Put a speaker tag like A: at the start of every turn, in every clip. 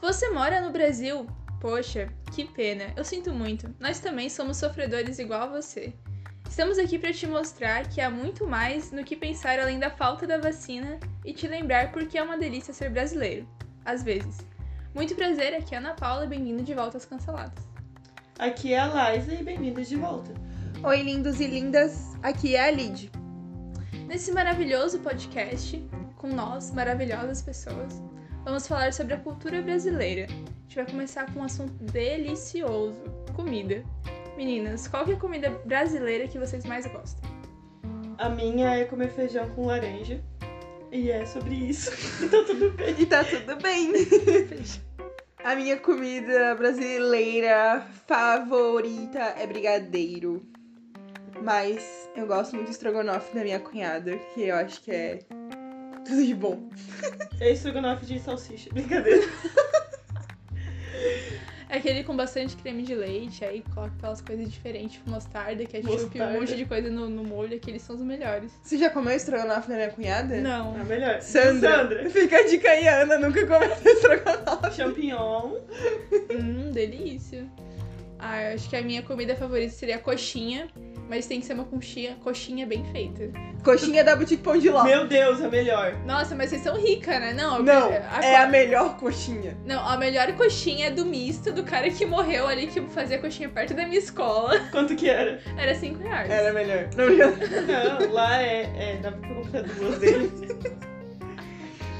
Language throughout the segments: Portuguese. A: Você mora no Brasil? Poxa, que pena. Eu sinto muito. Nós também somos sofredores igual a você. Estamos aqui para te mostrar que há muito mais no que pensar além da falta da vacina e te lembrar porque é uma delícia ser brasileiro. Às vezes. Muito prazer, aqui é a Ana Paula, bem-vindo de volta às Canceladas.
B: Aqui é a Liza e bem-vindos de volta.
C: Oi, lindos e lindas, aqui é a Lid.
A: Nesse maravilhoso podcast, com nós, maravilhosas pessoas, vamos falar sobre a cultura brasileira. A gente vai começar com um assunto delicioso: comida. Meninas, qual que é a comida brasileira que vocês mais gostam?
B: A minha é comer feijão com laranja. E é sobre isso. tá tudo bem.
C: E tá tudo bem. A minha comida brasileira favorita é brigadeiro. Mas eu gosto muito de estrogonofe da minha cunhada, que eu acho que é tudo de bom.
B: É estrogonofe de salsicha. Brincadeira.
A: É aquele com bastante creme de leite, aí coloca aquelas coisas diferentes, tipo mostarda, ketchup, um
B: Mostarda.
A: monte de coisa no, no molho, aqueles são os melhores.
C: Você já comeu estrogonofe da minha cunhada?
B: É
A: Não.
B: a melhor.
C: Sandra.
B: Sandra.
C: Fica a dica aí, Ana, nunca comeu estrogonofe.
B: Champignon.
A: Hum, delícia. Ah, eu acho que a minha comida favorita seria a coxinha, mas tem que ser uma coxinha, coxinha bem feita.
C: Coxinha da Boutique Pão de Ló.
B: Meu Deus, a melhor.
A: Nossa, mas vocês são ricas, né? Não, eu-
C: Não,
A: a,
C: é a melhor coxinha.
A: Não, a melhor coxinha é do misto, do cara que morreu ali, que fazia coxinha perto da minha escola.
B: Quanto que era?
A: Era 5 reais.
C: Era a é melhor. Não, já-
B: Não, lá é. é dá pra comprar duas dele.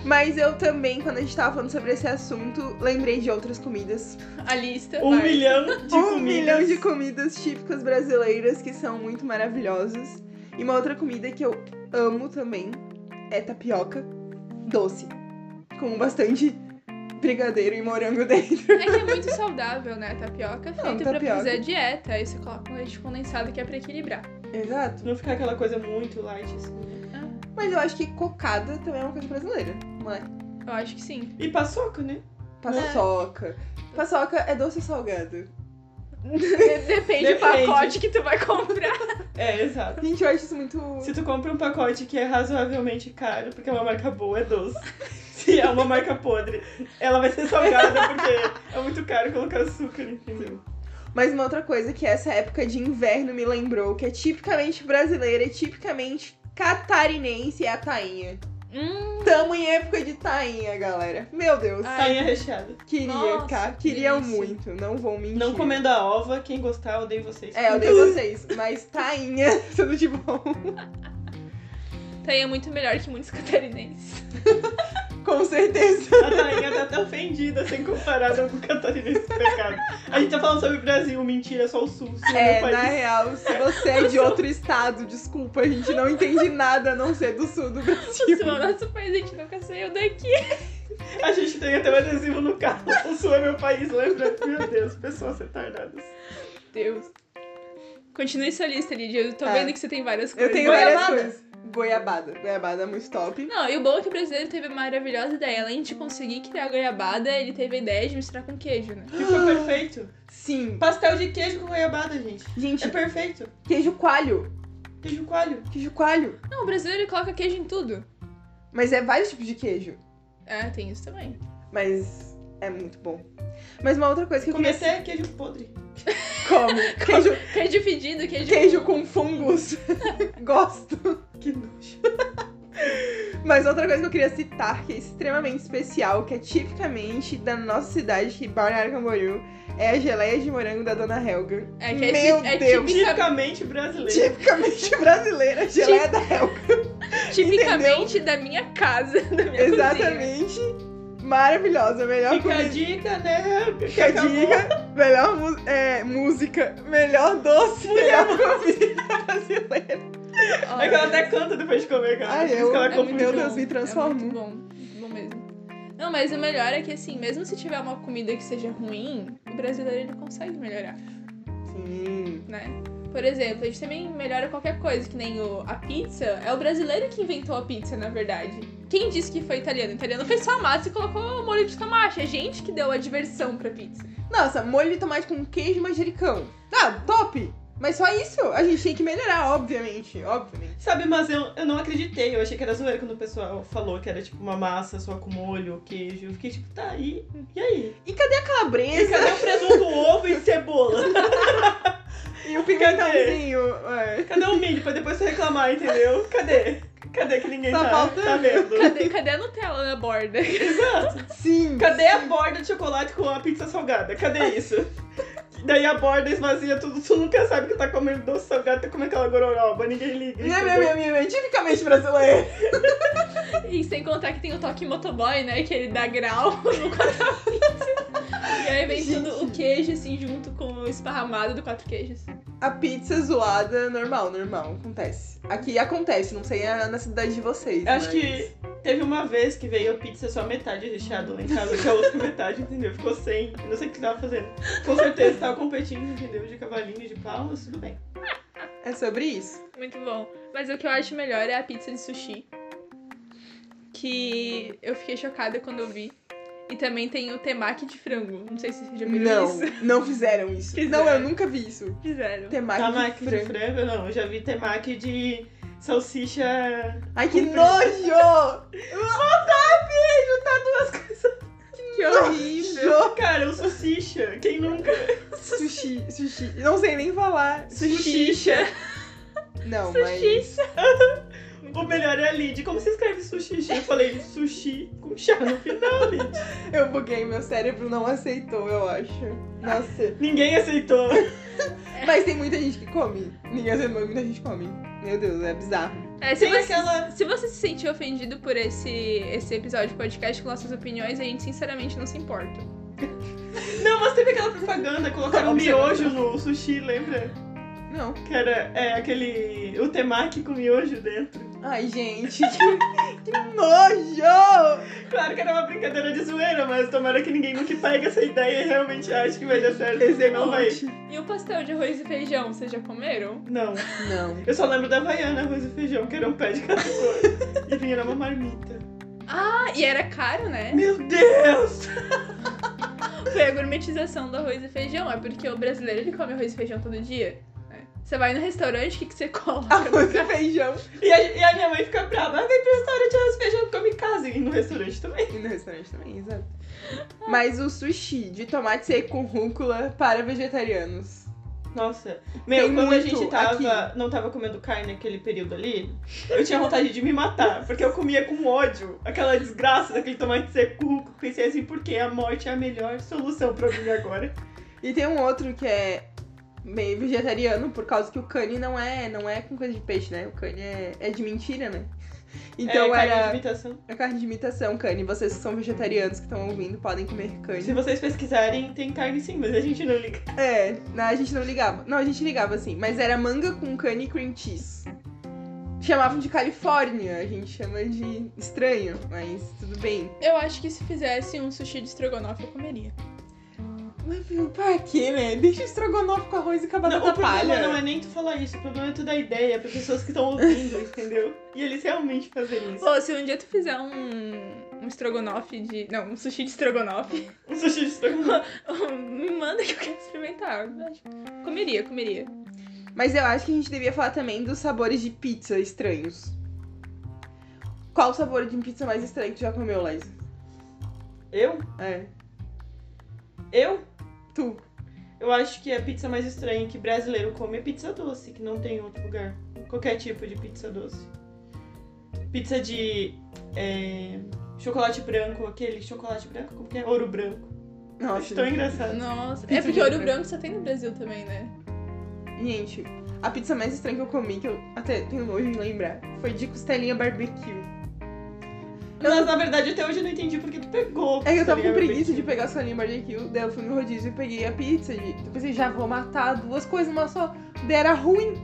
C: Mas eu também, quando a gente tava falando sobre esse assunto, lembrei de outras comidas.
A: A lista.
B: Um
A: vai.
B: milhão de
C: um
B: comidas.
C: milhão de comidas típicas brasileiras que são muito maravilhosas. E uma outra comida que eu amo também é tapioca doce. Com bastante brigadeiro e morango dentro.
A: É que é muito saudável, né? Tapioca feito pra
C: tapioca.
A: fazer dieta. Aí você coloca um leite condensado que é pra equilibrar.
C: Exato.
B: Não ficar aquela coisa muito light assim. né?
C: Mas eu acho que cocada também é uma coisa brasileira, não é?
A: Eu acho que sim.
B: E paçoca, né?
C: Paçoca. Paçoca é doce ou salgado?
A: Depende do
B: Depende.
A: pacote que tu vai comprar.
B: É, exato.
C: Gente, eu acho isso muito.
B: Se tu compra um pacote que é razoavelmente caro, porque é uma marca boa, é doce. Se é uma marca podre, ela vai ser salgada porque é muito caro colocar açúcar, entendeu?
C: Mas uma outra coisa que essa época de inverno me lembrou, que é tipicamente brasileira e tipicamente catarinense, é a tainha.
A: Hum,
C: Tamo em época de tainha, galera. Meu Deus.
A: Ai.
B: Sainha recheada.
C: Queria,
A: Nossa,
C: cara.
A: que
C: Queria
A: delícia.
C: muito. Não vou mentir.
B: Não comendo a ova, quem gostar, odeio vocês.
C: É, eu dei vocês. Mas tainha, tudo de bom.
A: Thaí é muito melhor que muitos catarinenses.
C: Com certeza.
B: A Tainha tá até ofendida sem comparada com o catarinense pecado. A gente tá falando sobre o Brasil, mentira, é só o sul, sul
C: É,
B: é, meu
C: na
B: país.
C: real, se você é de outro estado, desculpa, a gente não entende nada a não ser do sul do Brasil.
A: Isso é o nosso país, a gente nunca saiu daqui.
B: A gente tem até um adesivo no carro. O sul é meu país, lembra? Meu Deus, pessoas retardadas.
A: Deus. Continue sua lista, Lidia. Eu tô
C: Tá.
A: vendo que você tem várias
C: Eu
A: coisas.
C: tenho várias
B: Goiabada.
C: coisas. Goiabada. Goiabada é muito top.
A: Não, e o bom é que o brasileiro teve a maravilhosa ideia. Além de conseguir criar a goiabada, ele teve a ideia de misturar com queijo, né?
B: Que foi perfeito.
C: Sim.
B: Pastel de queijo com goiabada, gente.
C: Gente,
B: É perfeito.
C: queijo coalho.
B: Queijo coalho.
C: Queijo coalho.
A: Não, o brasileiro ele coloca queijo em tudo.
C: Mas é vários tipos de queijo.
A: É, tem isso também.
C: Mas é muito bom. Mas uma outra coisa que eu
B: Comer
C: comecei
B: até queijo podre.
C: como. Queijo,
A: Queijo fedido, queijo.
C: queijo com fungos. Gosto.
B: Que nojo.
C: Mas outra coisa que eu queria citar, que é extremamente especial, que é tipicamente da nossa cidade, que é Balneário Camboriú, é a geleia de morango da Dona Helga.
A: É, que é,
C: Meu
A: ti- é
C: Deus.
A: típica-
B: Tipicamente brasileiro.
C: Tipicamente brasileira, geleia da Helga.
A: tipicamente da minha casa, da minha cozinha.
C: Exatamente. Maravilhosa, melhor
B: Fica a
C: comida.
B: dica, né?
C: Fica a
B: Acabou.
C: dica, melhor mu- é, música, melhor doce, melhor comida brasileira.
A: Olha,
B: É que ela até canta depois de comer, cara.
C: Ai,
B: Por isso
C: eu-
B: que ela
C: é
A: muito
B: confundiu.
C: meu Deus,
A: bom,
C: me
A: É
C: transformou.
A: muito bom, muito bom mesmo. Não, mas o melhor é que assim, mesmo se tiver uma comida que seja ruim, o brasileiro ele consegue melhorar,
C: Sim.
A: né? Por exemplo, a gente também melhora qualquer coisa, que nem o, a pizza. É o brasileiro que inventou a pizza, na verdade. Quem disse que foi italiano? O italiano fez só a massa e colocou molho de tomate. É gente que deu a diversão pra pizza.
C: Nossa, molho de tomate com queijo e manjericão. Ah, top! Mas só isso. A gente tem que melhorar, obviamente. Obviamente.
B: Sabe, mas eu, eu não acreditei. Eu achei que era zoeira quando o pessoal falou que era tipo uma massa só com molho, queijo. Eu fiquei tipo, tá, e, e aí?
C: E cadê a
B: E
C: calabresa?
B: cadê o presunto, ovo e cebola?
C: E o pimentãozinho? É.
B: Cadê o milho pra depois você reclamar, entendeu? Cadê? Cadê que ninguém
C: Tá
B: tá,
C: faltando.
B: tá vendo?
A: Cadê, cadê a Nutella na borda?
B: Exato.
C: Sim.
B: Cadê a borda de chocolate com a pizza salgada? Cadê isso? Daí a borda esvazia tudo, tu nunca sabe que tá comendo doce salgado, tá comendo aquela gororoba, ninguém liga.
C: Minha, minha,
B: entendeu?
C: minha, minha, minha, tipicamente brasileira.
A: E sem contar que tem o toque motoboy, né? Que ele dá grau no quatro E aí vem tudo o queijo, assim, junto com o esparramado do quatro queijos.
C: A pizza zoada, normal, normal. Acontece. Aqui acontece, não sei a- na cidade de vocês.
B: Eu Acho
C: mas-
B: que teve uma vez que veio a pizza só metade recheada lá em casa, que a outra metade, entendeu? Ficou sem. Eu não sei o que tava fazendo. Com certeza tava competindo, entendeu? De cavalinho, de pau, mas tudo bem.
C: É sobre isso.
A: Muito bom. Mas o que eu acho melhor é a pizza de sushi. Que eu fiquei chocada quando eu vi. E também tem o temaki de frango. Não sei se vocês já viram
C: Não,
A: isso.
C: não fizeram isso.
A: Fizeram.
C: Não, eu nunca vi isso.
A: Fizeram.
C: Temaki,
B: Temaki
C: Tá de
B: Tá de
C: frango.
B: frango, não. Eu já vi temaki de salsicha.
C: Ai, que
B: Com
C: nojo! Tá, beijo, tá duas coisas.
A: Que horrível.
B: Não, Cara, eu salsicha. Quem nunca?
C: Sushi, sushi. Não sei nem falar.
B: Sushicha.
C: Não, mas.
A: Sushi.
B: O melhor é a Lid. Como se escreve sushicha? Eu falei sushi com chá no final, Lid.
C: Eu buguei, meu cérebro não aceitou, eu acho. Nossa.
B: Ninguém aceitou.
C: Mas tem muita gente que come. Ninguém aceitou, mas muita gente come. Meu Deus, é bizarro.
A: É, se
B: Tem
A: você,
B: aquela.
A: se você se sentiu ofendido por esse, esse episódio de podcast com nossas opiniões, a gente sinceramente não se importa.
B: Não, mas teve aquela propaganda, colocaram um miojo no sushi, lembra?
C: Não.
B: Que era é, aquele. O temaki com miojo dentro.
C: Ai, gente, que, que nojo!
B: Claro que era uma brincadeira de zoeira, mas tomara que ninguém nunca pegue essa ideia e realmente ache que vai dar certo. Esse não vai.
A: E o pastel de arroz e feijão, vocês já comeram?
B: Não.
C: Não.
B: Eu só lembro da Havaiana, arroz e feijão, que era um pé de cada cor. e vinha numa marmita.
A: Ah, e era caro, né?
B: Meu Deus!
A: Foi a gourmetização do arroz e feijão. É porque o brasileiro ele come arroz e feijão todo dia. né? Você vai no restaurante, o que, que você coloca?
C: Arroz e feijão.
B: E a, e a minha mãe fica brava. Ah, vem pro restaurante arroz e feijão, come em casa. E no restaurante também.
C: E no restaurante também, exato. Mas o sushi de tomate seco com rúcula para vegetarianos.
B: Nossa, meu,
C: Tem
B: quando a
C: muito
B: gente tava, não tava comendo carne naquele período ali, eu tinha vontade de me matar, porque eu comia com ódio aquela desgraça daquele tomate seco. com rúcula. Pensei assim, porque a morte é a melhor solução pra mim agora.
C: E tem um outro que é meio vegetariano, por causa que o cane não é, não é com coisa de peixe, né? O cane é, é de mentira, né? Então
B: é, carne de
C: era
B: imitação.
C: a carne de imitação, cane. Vocês que são vegetarianos que estão ouvindo podem comer
B: Se
C: cane.
B: vocês pesquisarem, tem carne sim, mas a gente não liga.
C: É, na- a gente não ligava. Não, a gente ligava assim, mas era manga com cane e cream cheese. Chamavam de Califórnia, a gente chama de estranho, mas tudo bem.
A: Eu acho que se fizesse um sushi de estrogonofe, eu comeria.
C: Mas meu, pra quê, né? Deixa o estrogonofe com arroz e com a
B: Não, o
C: batata
B: problema
C: palha.
B: não é nem tu falar isso, o problema é tu dar ideia para pessoas que estão ouvindo, entendeu? E eles realmente fazem isso.
A: Pô, se um dia tu fizer um, um estrogonofe de... Não, um sushi de estrogonofe, um,
B: Um sushi de estrogonofe.
A: me manda que eu quero experimentar. Eu acho- Comeria, comeria.
C: Mas eu acho que a gente devia falar também dos sabores de pizza estranhos. Qual o sabor de pizza mais estranho que tu já comeu, Laís?
B: Eu?
C: É,
B: Eu?
C: tu.
B: Eu acho que a pizza mais estranha que brasileiro come é pizza doce, que não tem em outro lugar. Qualquer tipo de pizza doce. Pizza de é, chocolate branco, aquele chocolate branco, como que é? Ouro branco. Acho
C: Nossa,
B: tão engraçado.
A: Nossa. É
C: Pizza
A: porque
C: de
A: ouro
C: frango.
A: branco só tem no Brasil também, né?
C: gente, a pizza mais estranha que eu comi, que eu até tenho nojo de lembrar, foi de costelinha barbecue.
B: Mas na verdade até hoje eu não entendi porque tu pegou.
C: É que eu tava
B: tá
C: com
B: ligado?
C: preguiça de pegar a costelinha barbecue, daí eu fui no rodízio e peguei a pizza. E eu pensei, já vou matar duas coisas numa só. Daí era ruim.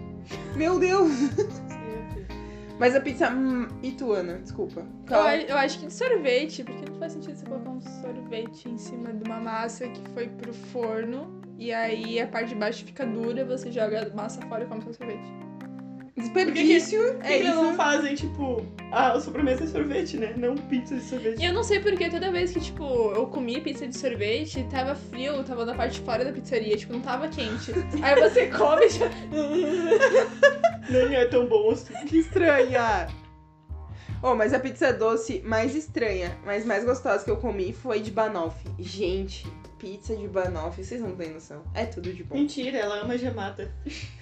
C: Meu Deus.
B: tipo, assim,
C: É Mas a pizza hum, ituana, desculpa. Tá.
A: Eu, a- eu acho que de sorvete, porque não faz sentido você colocar um sorvete em cima de uma massa que foi pro forno e aí a parte de baixo fica dura, você joga a massa fora e come seu sorvete.
C: Desperdício
B: Por que
C: é
B: que eles não
C: isso.
B: fazem, tipo, ah, a sobremesa é sorvete, né? Não pizza de sorvete.
A: E eu não sei porque toda vez que, tipo, eu comi pizza de sorvete, tava frio, tava da parte de fora da pizzaria, tipo, não tava quente. Aí você come tipo, e já.
B: Nem é tão bom assim.
C: Que estranha. Oh, mas a pizza doce mais estranha, mas mais gostosa que eu comi foi de banoffee. Gente, pizza de banoffee, vocês não têm noção. É tudo de bom.
B: Mentira, ela ama gemada.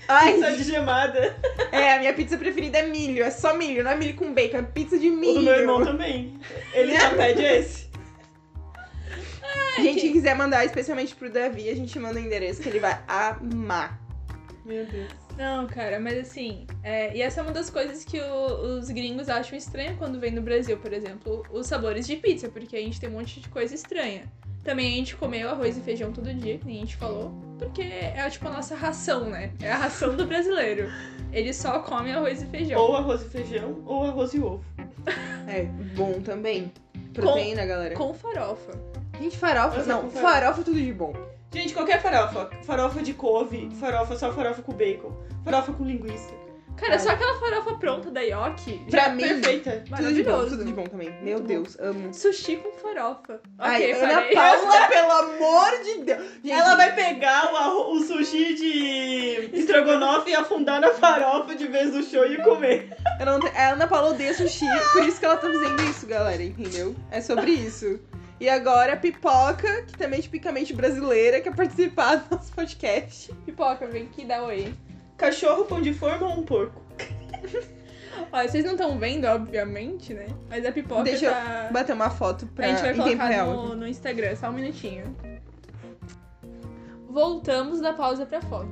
C: Ai,
B: Pizza de gemada.
C: é, a minha pizza preferida é milho. É só milho, não é milho com bacon, é pizza de
B: O do meu irmão
C: milho.
B: também. Ele já pede esse.
C: Gente, quem quiser mandar especialmente pro Davi, a gente manda o endereço que ele vai amar.
B: Meu Deus.
A: Não, cara, mas assim, é, e essa é uma das coisas que o- os gringos acham estranha quando vem no Brasil, por exemplo, os sabores de pizza, porque a gente tem um monte de coisa estranha. Também a gente comeu arroz e feijão todo dia, que nem a gente falou, porque é tipo a nossa ração, né? É a ração do brasileiro. Ele só come arroz e feijão.
B: Ou arroz e feijão, ou arroz e ovo.
C: É bom também. Proteína, galera.
A: Com farofa.
C: Gente, farofa.
B: Nossa,
C: Não,
B: com farofa.
C: farofa é tudo de bom.
B: Gente, qualquer farofa. Farofa de couve, farofa só farofa com bacon, farofa com linguiça.
A: Cara,
C: Ai.
A: só aquela farofa pronta da Yoki. já
C: Pra
A: é
C: mim,
B: Perfeita.
C: Tudo de bom,
A: maravilhoso.
C: tudo de bom também. Meu
B: bom.
C: Deus, amo.
A: Sushi com farofa. Ok,
C: Ai, Ana
A: falei.
C: Paula, pelo amor de Deus. Gente,
B: Ela vai pegar o, arro- o sushi de estrogonofe e afundar na farofa de vez do show e comer.
C: eu não te- a Ana Paula odeia sushi, por isso que ela tá fazendo isso, galera, entendeu? É sobre isso. E agora, a Pipoca, que também é tipicamente brasileira, quer participar do nosso podcast.
A: Pipoca, vem aqui dá oi.
B: Cachorro, pão de forma ou um porco?
A: Ó, vocês não estão vendo, obviamente, né? Mas a pipoca
C: Deixa eu
A: tá.
C: Bater uma foto pra,
A: a gente vai
C: É, em tempo
A: colocar
C: real.
A: no, no Instagram, só um minutinho. Voltamos da pausa pra foto.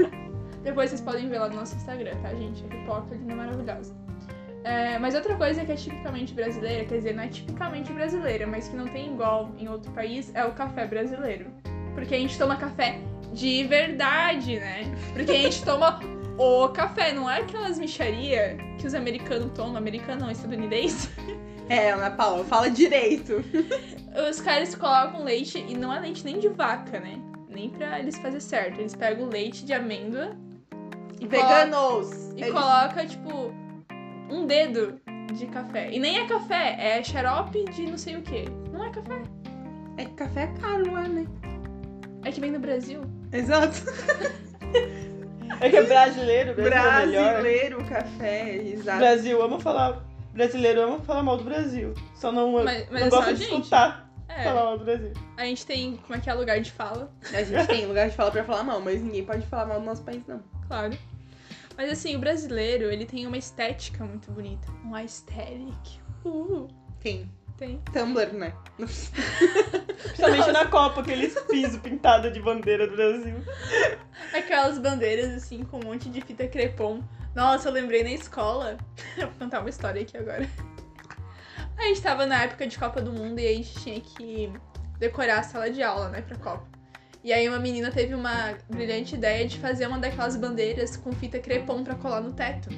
A: Depois vocês podem ver lá no nosso Instagram, tá, gente? A pipoca linda maravilhosa. É, mas outra coisa que é tipicamente brasileira, quer dizer, não é tipicamente brasileira, mas que não tem igual em outro país, é o café brasileiro. Porque a gente toma café de verdade, né? Porque a gente toma o café, não é aquelas micharia que os americanos tomam, americano não, estadunidense.
C: É, Ana Paula, fala direito.
A: Os caras colocam leite e não é leite nem de vaca, né? Nem pra eles fazer certo. Eles pegam leite de amêndoa e, colo-
C: Veganos. É
A: e
C: Eles-
A: coloca, tipo, um dedo de café. E nem é café, é xarope de não sei o que. Não é café.
C: É que café é caro, não é, né?
A: É que vem no Brasil.
C: Exato.
B: É que é brasileiro, brasileiro é melhor.
C: Brasileiro, café, exato.
B: Brasil ama falar. Brasileiro ama falar mal do Brasil. Só não,
A: Mas- mas
B: não
A: é só
B: gosta
A: a
B: de
A: gente.
B: escutar falar
A: É.
B: mal do Brasil.
A: A gente tem, como é que é lugar de fala,
C: A gente tem lugar de falar pra falar mal, mas ninguém pode falar mal do nosso país, não.
A: claro. Mas assim, o brasileiro, ele tem uma estética muito bonita. Um aesthetic. Uh,
C: Tem
A: tem.
C: Tumblr, né?
B: Principalmente na Copa, aqueles pisos pintados de bandeira do Brasil.
A: Aquelas bandeiras assim com um monte de fita crepom. Nossa, eu lembrei na escola. Eu Vou contar uma história aqui agora. A gente tava na época de Copa do Mundo e a gente tinha que decorar a sala de aula, né, pra Copa. E aí uma menina teve uma brilhante ideia de fazer uma daquelas bandeiras com fita crepom pra colar no teto.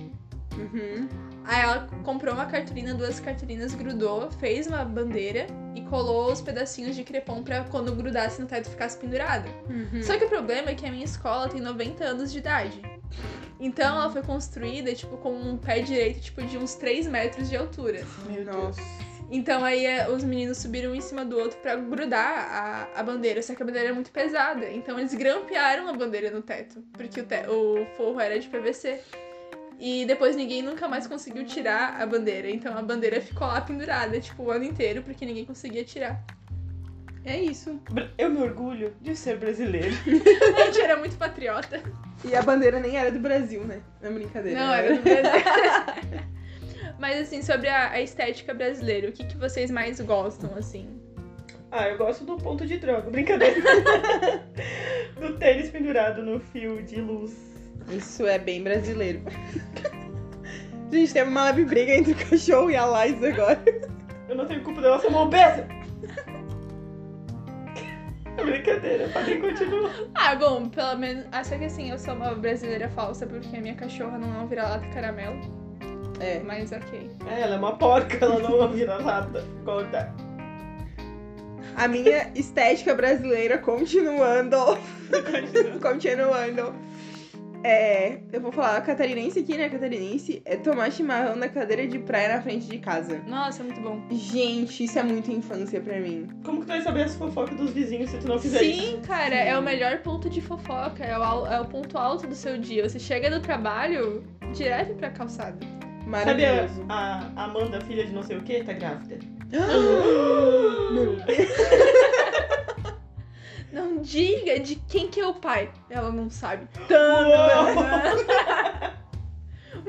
C: Uhum.
A: Aí ela comprou uma cartolina, duas cartolinas, grudou, fez uma bandeira e colou os pedacinhos de crepom pra quando grudasse no teto ficasse pendurado. Só que o problema é que a minha escola tem 90 anos de idade. Então ela foi construída, tipo, com um pé direito, tipo, de uns 3 metros de altura.
B: Meu
C: Nossa.
A: Então aí eh, os meninos subiram um em cima do outro pra grudar a, a bandeira, só que a bandeira é muito pesada. Então eles grampearam a bandeira no teto, porque o, te- o forro era de PVC. E depois ninguém nunca mais conseguiu tirar a bandeira. Então a bandeira ficou lá pendurada, tipo, o ano inteiro, porque ninguém conseguia tirar.
C: É isso.
B: Bra- Eu me orgulho de ser brasileiro.
A: A gente era muito patriota.
C: E a bandeira nem era do Brasil, né? Não é brincadeira.
A: Não, era do Brasil. Né? Mas assim, sobre a, a estética brasileira, o que, que vocês mais gostam, assim?
B: Ah, eu gosto do ponto de droga. Brincadeira. do tênis pendurado no fio de luz.
C: Isso é bem brasileiro. Gente, teve uma leve briga entre o cachorro e a Laís agora.
B: Eu não tenho culpa dela ser uma obesa. É Brincadeira, podem continuar.
A: Ah, bom, pelo menos. Ah, só que assim, eu sou uma brasileira falsa porque a minha cachorra não é um vira-lata caramelo.
C: É.
A: Mas ok.
B: É, ela é uma porca, ela não vira nada. Conta.
C: A minha estética brasileira continuando. continuando. É, eu vou falar catarinense aqui, né? Catarinense é tomar chimarrão na cadeira de praia na frente de casa.
A: Nossa, é muito bom.
C: Gente, isso é muito infância pra mim.
B: Como que tu vai saber as fofocas dos vizinhos se tu não fizer isso?
A: Sim, cara, é o
C: Sim.
A: melhor ponto de fofoca, é o, al- é o ponto alto do seu dia. Você chega do trabalho direto pra calçada.
B: Sabe a,
C: Maravilhoso.
B: a Amanda, filha de não sei o que, tá grávida?
C: Meu Deus.
A: Não diga de quem que é o pai. Ela não sabe.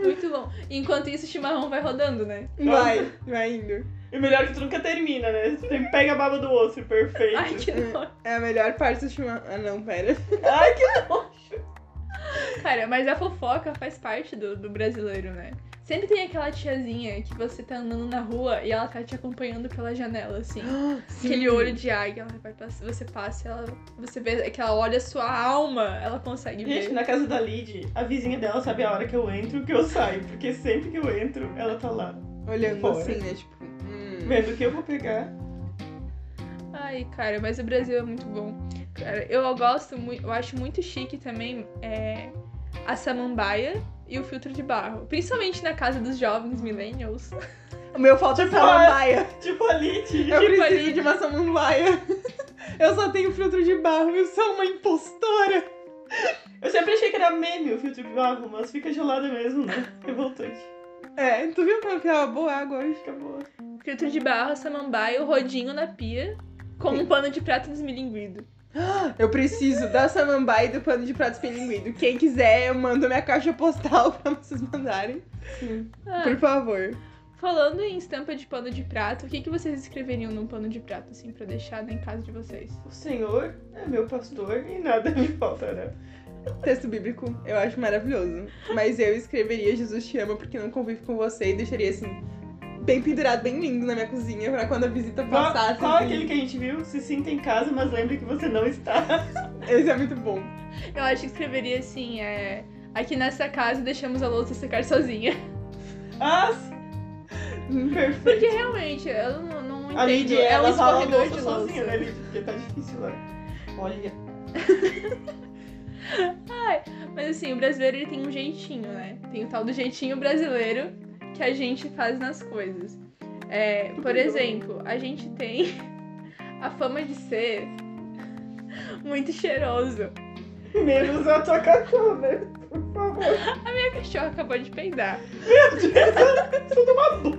A: Muito bom. Enquanto isso, o chimarrão vai rodando, né?
C: Vai, vai indo.
B: E o melhor é que tu nunca termina, né? Tu sempre pega a baba do osso, perfeito.
A: Ai, que nojo.
C: É a melhor parte do chimarrão. Ah, não, pera.
B: Ai, que nojo.
A: Cara, mas a fofoca faz parte do, do brasileiro, né? Sempre tem aquela tiazinha que você tá andando na rua e ela tá te acompanhando pela janela, assim. Aquele
C: Uhum.
A: olho de águia, ela vai pass- você passa, ela, você vê é que ela olha a sua alma, ela consegue
B: Gente,
A: ver.
B: na casa da Lid, a vizinha dela sabe a hora que eu entro e que eu saio. Porque sempre que eu entro, ela tá lá.
C: Olhando
B: Fora.
C: assim, né? Tipo. hum.
B: Vendo o que eu vou pegar.
A: Ai, cara, mas o Brasil é muito bom. Cara, eu gosto muito, eu acho muito chique também é, a samambaia e o filtro de barro. Principalmente na casa dos jovens millennials.
C: O meu falta é
B: Tipo,
C: samambaia.
B: Tipo a Lid.
C: Eu
A: tipo
C: preciso
A: ali.
C: de uma samambaia. Eu só tenho filtro de barro, eu sou uma impostora.
B: Eu sempre achei que era meme o filtro de barro, mas fica gelada mesmo, né? Revoltante.
C: É, tu viu como eu tava boa água hoje?
B: Acabou.
A: Filtro de barro, a samambaia, o rodinho na pia, com um pano de prato desmilinguido.
C: Eu preciso da samambaia e do pano de prato pelinguido. Quem quiser, eu mando minha caixa postal pra vocês mandarem.
A: Ah,
C: Por favor.
A: falando em estampa de pano de prato, o que, que vocês escreveriam num pano de prato, assim, pra deixar em casa de vocês?
B: O Senhor é meu pastor e nada me né? faltará.
C: Texto bíblico, eu acho maravilhoso. Mas eu escreveria Jesus te ama porque não convivo com você e deixaria assim, bem pendurado, bem lindo na minha cozinha pra quando a visita assim.
B: Qual,
C: passar.
B: qual é aquele que a gente viu? Se sinta em casa, mas lembre que você não está.
C: Esse é muito bom.
A: Eu acho que escreveria assim, é. Aqui nessa casa deixamos a louça secar sozinha.
B: Ah, sim. perfeito.
A: Porque realmente, eu não, não
B: A Lid,
A: entendo. É um
B: ela fala a
A: escorredor
B: louça
A: de
B: sozinha, né,
A: louça.
B: Lid? Porque tá difícil lá. Olha. né?
A: Mas assim, o brasileiro ele tem um jeitinho, né? Tem o tal do jeitinho brasileiro que a gente faz nas coisas. É, por exemplo, a gente tem a fama de ser muito cheiroso.
B: Menos a tua cachorra, por favor.
A: Minha cachorra acabou de peidar.
B: Tudo uma boa.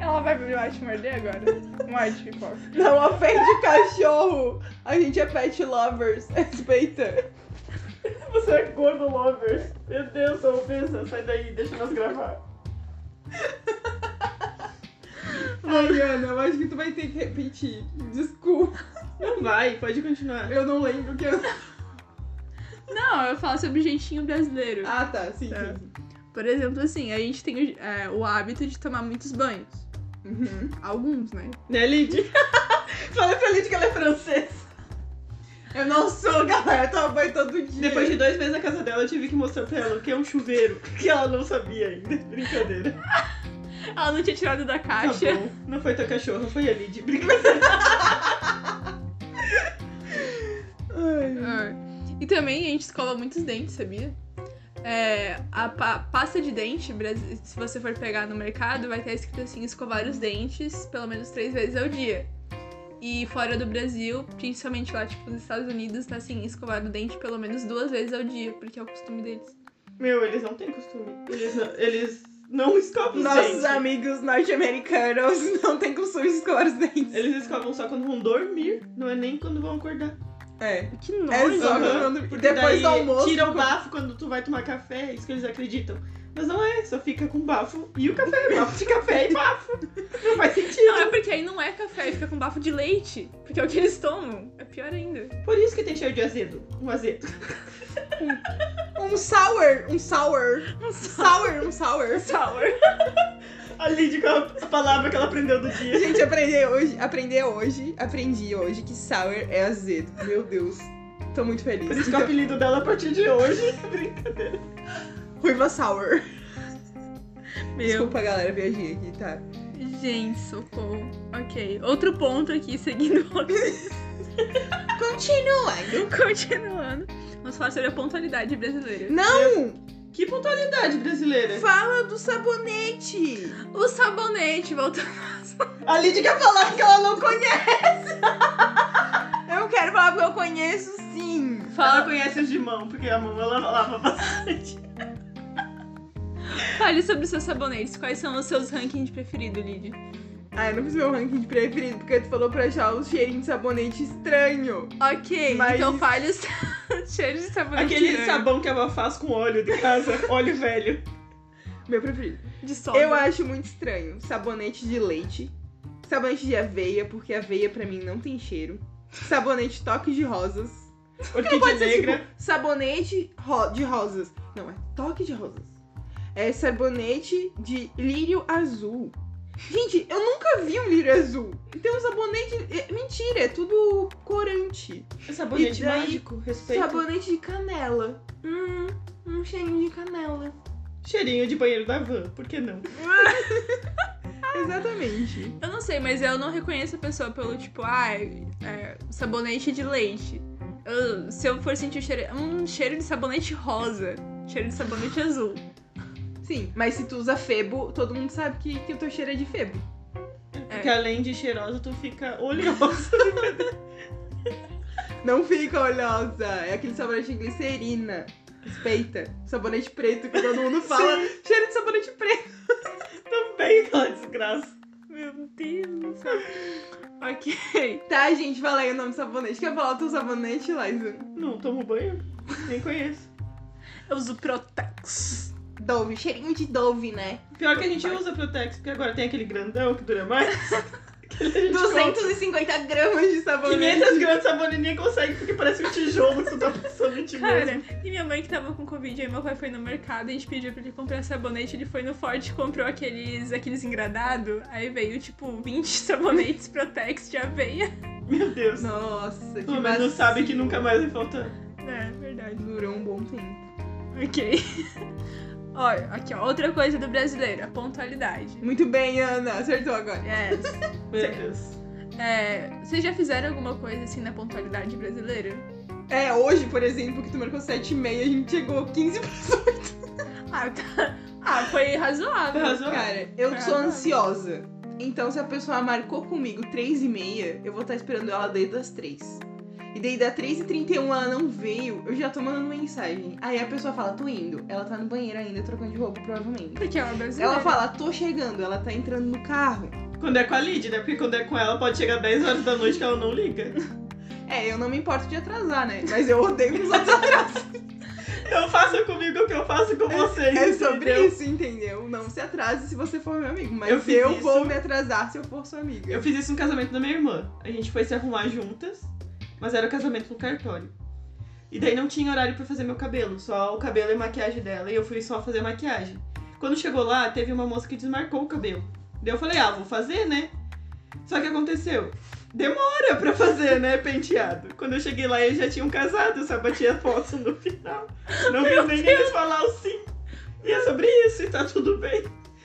A: Ela vai me vai te morder agora? Morde, pipoca.
C: Não ofende cachorro! A gente é pet lovers, respeita.
B: Você é gordo lovers. Meu Deus, sou ofensa. Sai daí, deixa nós gravar.
C: Ai, Ana, eu acho que tu vai ter que repetir. Desculpa,
B: Não vai, pode continuar.
C: eu não lembro o que eu.
A: Não, eu falo sobre o jeitinho brasileiro.
C: Ah, tá, sim,
B: É.
A: Tá.
C: sim.
A: Por exemplo, assim, a gente tem o, é, o hábito de tomar muitos banhos.
C: Uhum.
A: Alguns, né?
B: Né, Lid?
C: Falei pra Lid que ela é francesa. Eu não sou, galera, eu tomo banho todo dia.
B: Depois de dois meses na casa dela, eu tive que mostrar pra ela o que é um chuveiro, que ela não sabia ainda. Brincadeira.
A: Ela não tinha tirado da
B: Tá
A: caixa.
B: bom. Não foi tua cachorra, foi a Lid. Brincadeira.
C: Ai.
A: Ah, E também a gente escova muitos dentes, sabia? É, a pa- pasta de dente, bras- se você for pegar no mercado, vai estar escrito assim: escovar os dentes pelo menos três vezes ao dia. E fora do Brasil, principalmente lá, tipo, nos Estados Unidos, tá assim: escovar o dente pelo menos duas vezes ao dia, porque é o costume deles.
B: Meu, eles não têm costume. Eles não, eles não escovam os
C: Nossos
B: dentes.
C: amigos norte-americanos não têm costume de escovar os dentes.
B: Eles escovam só quando vão dormir, não é nem quando vão acordar.
C: É.
A: Que nojo!
C: É só
B: Aham.
C: quando.
B: Porque
C: Depois
B: daí
C: do almoço.
B: Tira o bafo quando tu vai tomar café, é isso que eles acreditam. Mas não é, só fica com bafo e o café. Bafo de café e bafo. Não faz sentido.
A: Não, é porque aí não é café, fica com bafo de leite, porque é o que eles tomam. É pior ainda.
B: Por isso que tem cheiro de azedo. Um azedo.
C: Um sour, um sour.
A: Um
C: Sour, um sour.
A: sour.
B: A Lid com a palavra que ela aprendeu do
C: A
B: dia.
C: gente aprendeu hoje, aprendeu hoje, aprendi hoje que sour é azedo. Meu Deus. Tô muito feliz.
B: Por isso que o apelido dela a partir de hoje. Brincadeira.
C: Ruiva sour.
A: Meu
C: Desculpa, galera, viajei aqui, tá?
A: Gente, socorro. Ok. Outro ponto aqui, seguindo o outro-
C: Continuando.
A: continuando. Vamos falar sobre a pontualidade brasileira.
C: Não!
B: Que pontualidade brasileira.
C: Fala do sabonete!
A: O sabonete, voltando.
B: A Lid quer falar que ela não conhece.
C: Eu quero falar porque eu conheço sim!
B: Ela
A: Fala,
B: conhece os de mão, porque a mão ela lava bastante.
A: fale sobre os seus sabonetes. Quais são os seus rankings preferidos, Lid?
C: Ah, eu não fiz meu ranking de preferido, porque tu falou pra achar o cheirinho de sabonete estranho.
A: Ok,
C: Mas-
A: então fale os seus cheiros de sabonete.
B: Aquele
A: branco.
B: sabão que a avó faz com óleo de casa, óleo velho.
C: Meu preferido.
A: de soda.
C: Eu acho muito estranho. Sabonete de leite. Sabonete de aveia, porque aveia pra mim não tem cheiro. Sabonete toque de rosas. Não
B: Orquídea
C: pode ser
B: negra.
C: tipo sabonete ro- de rosas. Não, é toque de rosas. É sabonete de lírio azul. Gente, eu nunca vi um lírio azul. Então, sabonete. é- mentira, é tudo corante.
B: Sabonete
C: E daí,
B: mágico, respeito.
C: Sabonete de canela. Hum, um cheirinho de canela.
B: Cheirinho de banheiro da van, por que não?
C: Exatamente.
A: Eu não sei, mas eu não reconheço a pessoa pelo tipo, ah, é, sabonete de leite. Eu- se eu for sentir o cheiro. Hum, cheiro de sabonete rosa. Cheiro de sabonete azul.
C: Sim, mas se tu usa febo, todo mundo sabe que, que o teu cheiro é de febo. É.
B: Porque além de cheirosa, tu fica oleosa.
C: Não fica oleosa. É aquele sabonete de glicerina. Respeita. Sabonete preto que todo mundo fala. cheiro de sabonete preto.
B: Também aquela desgraça.
A: Meu Deus do céu. Ok.
C: Tá, gente, fala aí o nome do sabonete. Quer falar o teu sabonete, Liza?
B: Não tomo banho, nem conheço.
A: Eu uso Protex.
C: Dove. Cheirinho de Dove, né?
B: Pior que a gente usa Protex, porque agora tem aquele grandão que dura mais. Aquele a gente compra.
C: 250 gramas de sabonete.
B: 500 gramas de sabonete nem consegue, porque parece um tijolo que tu tá passando em ti
A: Cara,
B: mesmo.
A: e minha mãe que tava com Covid, aí meu pai foi no mercado, a gente pediu pra ele comprar sabonete, ele foi no Forte e comprou aqueles, aqueles engradados, aí veio tipo 20 sabonetes Protex de aveia.
B: Meu Deus.
C: Nossa, que
B: Pelo menos não
C: vacilo.
B: sabe que nunca mais vai faltar.
A: É, verdade.
C: Durou um bom tempo.
A: Ok. Olha, aqui, ó. Outra coisa do brasileiro, a pontualidade.
C: Muito bem, Ana. Acertou agora.
A: Yes.
B: Meu Deus.
A: É, vocês já fizeram alguma coisa assim na pontualidade brasileira?
C: É, hoje, por exemplo, que tu marcou 7 e meia, a gente chegou 15
A: Ah, tá. Ah, foi razoável.
B: Foi razoável.
C: Cara, eu sou
A: Ah.
C: ansiosa. Então, se a pessoa marcou comigo 3 e meia, eu vou estar esperando ela desde as 3. E daí, da 3 e 31 ela não veio, eu já tô mandando mensagem. Aí a pessoa fala, tô indo. Ela tá no banheiro ainda, trocando de roupa, provavelmente.
A: Porque ela é brasileira.
C: Ela fala, tô chegando. Ela tá entrando no carro.
B: Quando é com a Lid, né? Porque quando é com ela, pode chegar 10 horas da noite que ela não liga.
C: É, eu não me importo de atrasar, né? Mas eu odeio os atrasados.
B: Não faça comigo o que eu faço com vocês.
C: É sobre
B: entendeu?
C: isso, entendeu? Não se atrase se você for meu amigo. Mas
B: Eu
C: eu,
B: fiz
C: vou
B: isso.
C: me atrasar se eu for sua amiga.
B: Eu fiz isso no casamento da minha irmã. A gente foi se arrumar juntas, mas era o casamento no cartório. E daí não tinha horário pra fazer meu cabelo, só o cabelo e a maquiagem dela. E eu fui só fazer a maquiagem. Quando chegou lá, teve uma moça que desmarcou o cabelo. Daí eu falei, ah, vou fazer, né? Só que aconteceu. Demora pra fazer, né, penteado. Quando eu cheguei lá, eles já tinham casado, eu só bati a foto no final. Não fiz nem eles falar o sim. E é sobre isso, e tá tudo bem.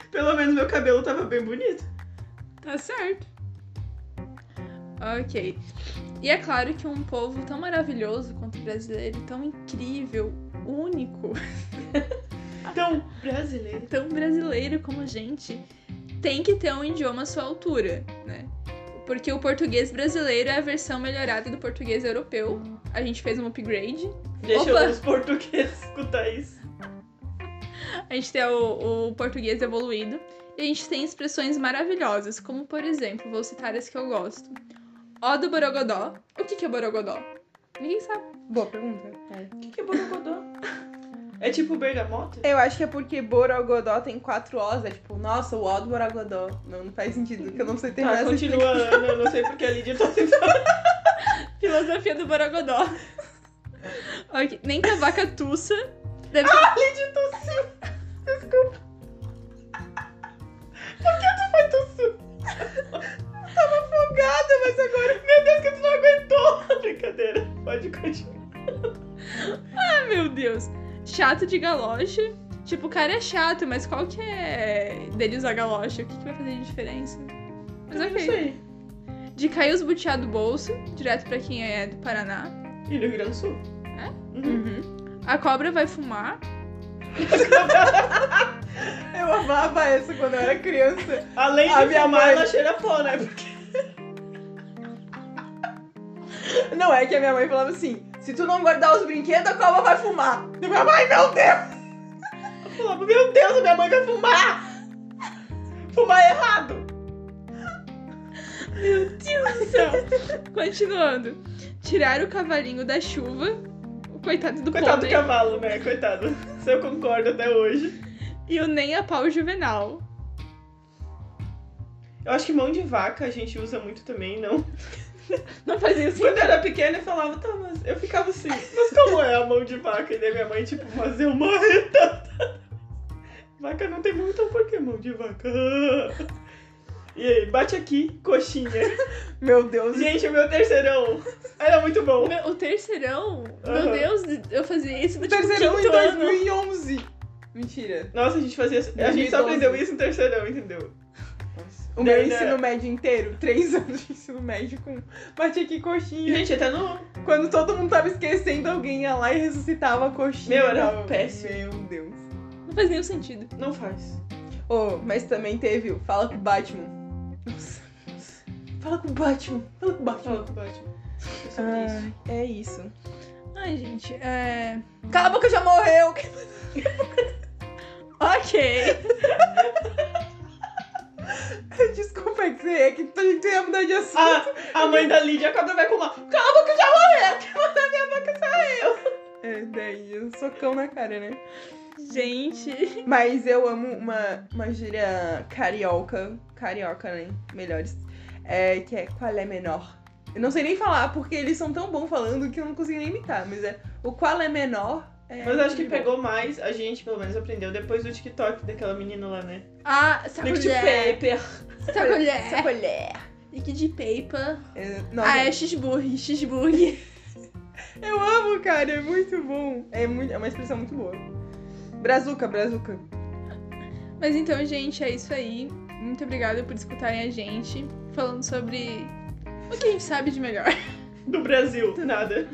B: Pelo menos meu cabelo tava bem bonito.
A: Tá certo. Ok. E é claro que um povo tão maravilhoso quanto o brasileiro, tão incrível, único,
B: Então, brasileiro.
A: tão brasileiro como a gente, tem que ter um idioma à sua altura, né? Porque o português brasileiro é a versão melhorada do português europeu. A gente fez um upgrade.
B: Deixa
A: Opa!
B: os portugueses escutar isso.
A: A gente tem o, o português evoluído. E a gente tem expressões maravilhosas, como por exemplo, vou citar as que eu gosto. Ó do Borogodó. O que, que é Borogodó? Ninguém sabe.
C: Boa pergunta.
B: O que, que é borogodó? É tipo bergamota?
C: Eu acho que é porque Borogodó tem quatro Os, é tipo, nossa, o O do Borogodó. Não, não faz sentido, porque eu não sei terminar
B: Tá,
C: essa
B: continua, Ana. Eu não sei porque a Lídia tá tentando.
A: Filosofia do Borogodó. Ok, Nem que a vaca tussa. Deve ser...
C: Afogada, mas agora...
B: Meu Deus, que tu não aguentou! Brincadeira, pode continuar.
A: Ah, meu Deus. Chato de galocha. Tipo, o cara é chato, mas qual que é dele usar galocha? O que, que vai fazer de diferença? Mas
B: Não
A: ok.
B: sei.
A: De cair os butiá do bolso, direto pra quem é do Paraná.
B: E no Rio Grande do Sul?
A: É?
B: Uhum.
A: A cobra vai fumar.
C: Eu amava essa quando eu era criança.
B: Além de
C: A minha
B: fumar,
C: mãe-
B: ela cheira pó, né? Porque
C: Não é que a minha mãe falava assim: se tu não guardar os brinquedos, a cobra vai fumar. E minha mãe, meu Deus!
B: eu falava, meu Deus, minha mãe vai fumar! Fumar errado!
A: Meu Deus do céu. Continuando. Tirar o cavalinho da chuva. O coitado do
B: Coitado do
A: pônei.
B: cavalo, né? Coitado. Isso eu concordo até hoje.
A: E o nem a pau juvenal.
B: Eu acho que mão de vaca a gente usa muito também, não?
A: Não fazia assim.
B: Quando eu era pequena, eu falava, tá, mas eu ficava assim, mas como é a mão de vaca? E daí minha mãe, tipo, mas eu morri Vaca não tem mão, então por que mão de vaca? E aí, bate aqui, coxinha.
C: Meu Deus,
B: Gente, o meu terceirão era muito bom.
A: Meu- O terceirão, meu
B: Aham.
A: Deus, eu fazia isso no
C: o
A: tipo,
C: terceirão em
A: quinto ano.
C: 2011. Mentira.
B: Nossa, a gente fazia. A gente só
C: 2012.
B: aprendeu isso no terceirão, entendeu?
C: O meu
B: Não, não.
C: ensino médio inteiro, três anos de ensino médio com bate aqui
B: E,
C: coxinha.
B: gente, até no.
C: Quando todo mundo tava esquecendo, alguém ia lá e ressuscitava a coxinha.
B: Meu, era
C: Tava-
B: péssimo.
C: Meu Deus.
A: Não faz nenhum sentido.
B: Não faz.
C: Oh, mas também teve o Fala com o Batman. Nossa. Fala com o Batman.
A: Ah,
C: Fala com o
B: Fala
C: Batman.
B: com o Batman. Eu sou triste.
C: Ah, é isso.
A: Ai, gente, é.
C: Cala a boca, já morreu.
A: Ok.
C: Desculpa, é que você- é que a gente ia mudar de assunto.
B: Ah, A, a mãe da Lídia acaba vai com uma.
C: Cala a boca, já morreu. Quem mudou minha boca sou eu. É, daí, um socão na cara, né?
A: gente.
C: Mas eu amo uma, uma gíria carioca. Carioca, né? Melhores. É, que é qual é menor. Eu não sei nem falar, porque eles são tão bom falando que eu não consigo nem imitar. Mas é o qual é menor. é
B: Mas eu acho que
C: muito bom.
B: pegou mais, a gente pelo menos aprendeu depois do TikTok daquela menina lá, né?
A: Ah, sacolé.
B: Liquid Paper.
A: Sacolé.
C: Sacolé.
A: Liquid paper.
C: É, nossa,
A: Ah, é cheeseburger, cheeseburger.
C: Eu amo, cara, é muito bom. É, muito, é uma expressão muito boa. Brazuca, brazuca.
A: Mas então, gente, é isso aí. Muito obrigada por escutarem a gente falando sobre o que a gente sabe de melhor.
B: Do Brasil, nada.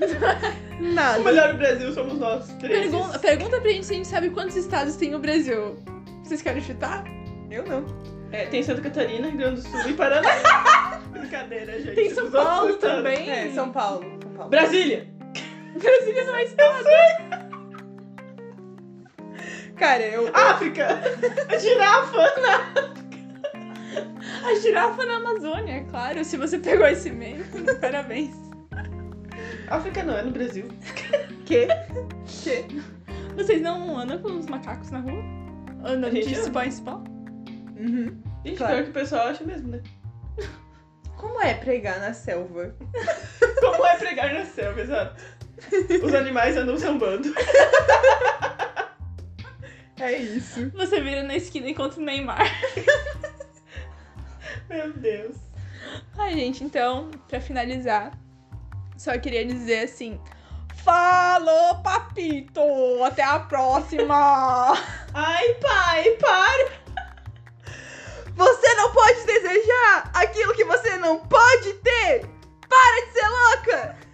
B: O
C: Nada.
B: melhor do Brasil somos nós, três.
A: Pergunta, pergunta pra gente se a gente sabe quantos estados tem o Brasil. Vocês querem chutar?
C: Eu não.
B: É, tem Santa Catarina, Rio Grande do Sul e Paraná. Brincadeira, gente.
A: Tem São
B: Os outros
A: Paulo
B: estados.
A: também.
C: É, São Paulo. São Paulo.
B: Brasília!
A: Brasília não é estado.
C: Cara, eu.
B: África! A girafa!
A: A girafa na Amazônia, é claro. Se você pegou esse e-mail, parabéns.
B: África não, é no Brasil.
C: Que? Que?
A: Vocês não andam com os macacos na rua? Andam
B: A gente
A: de
B: anda.
A: spa em spa?
C: Uhum.
B: Gente,
C: Claro.
B: pior que o pessoal acha mesmo, né?
C: Como é pregar na selva?
B: Como é pregar na selva, exato. Os animais andam sambando.
C: É isso.
A: Você vira na esquina e encontra o Neymar.
B: Meu Deus.
A: Ai, gente, então, pra finalizar, só queria dizer assim. Falou, papito! Até a próxima!
B: Ai, pai, para!
C: Você não pode desejar aquilo que você não pode ter! Para de ser louca!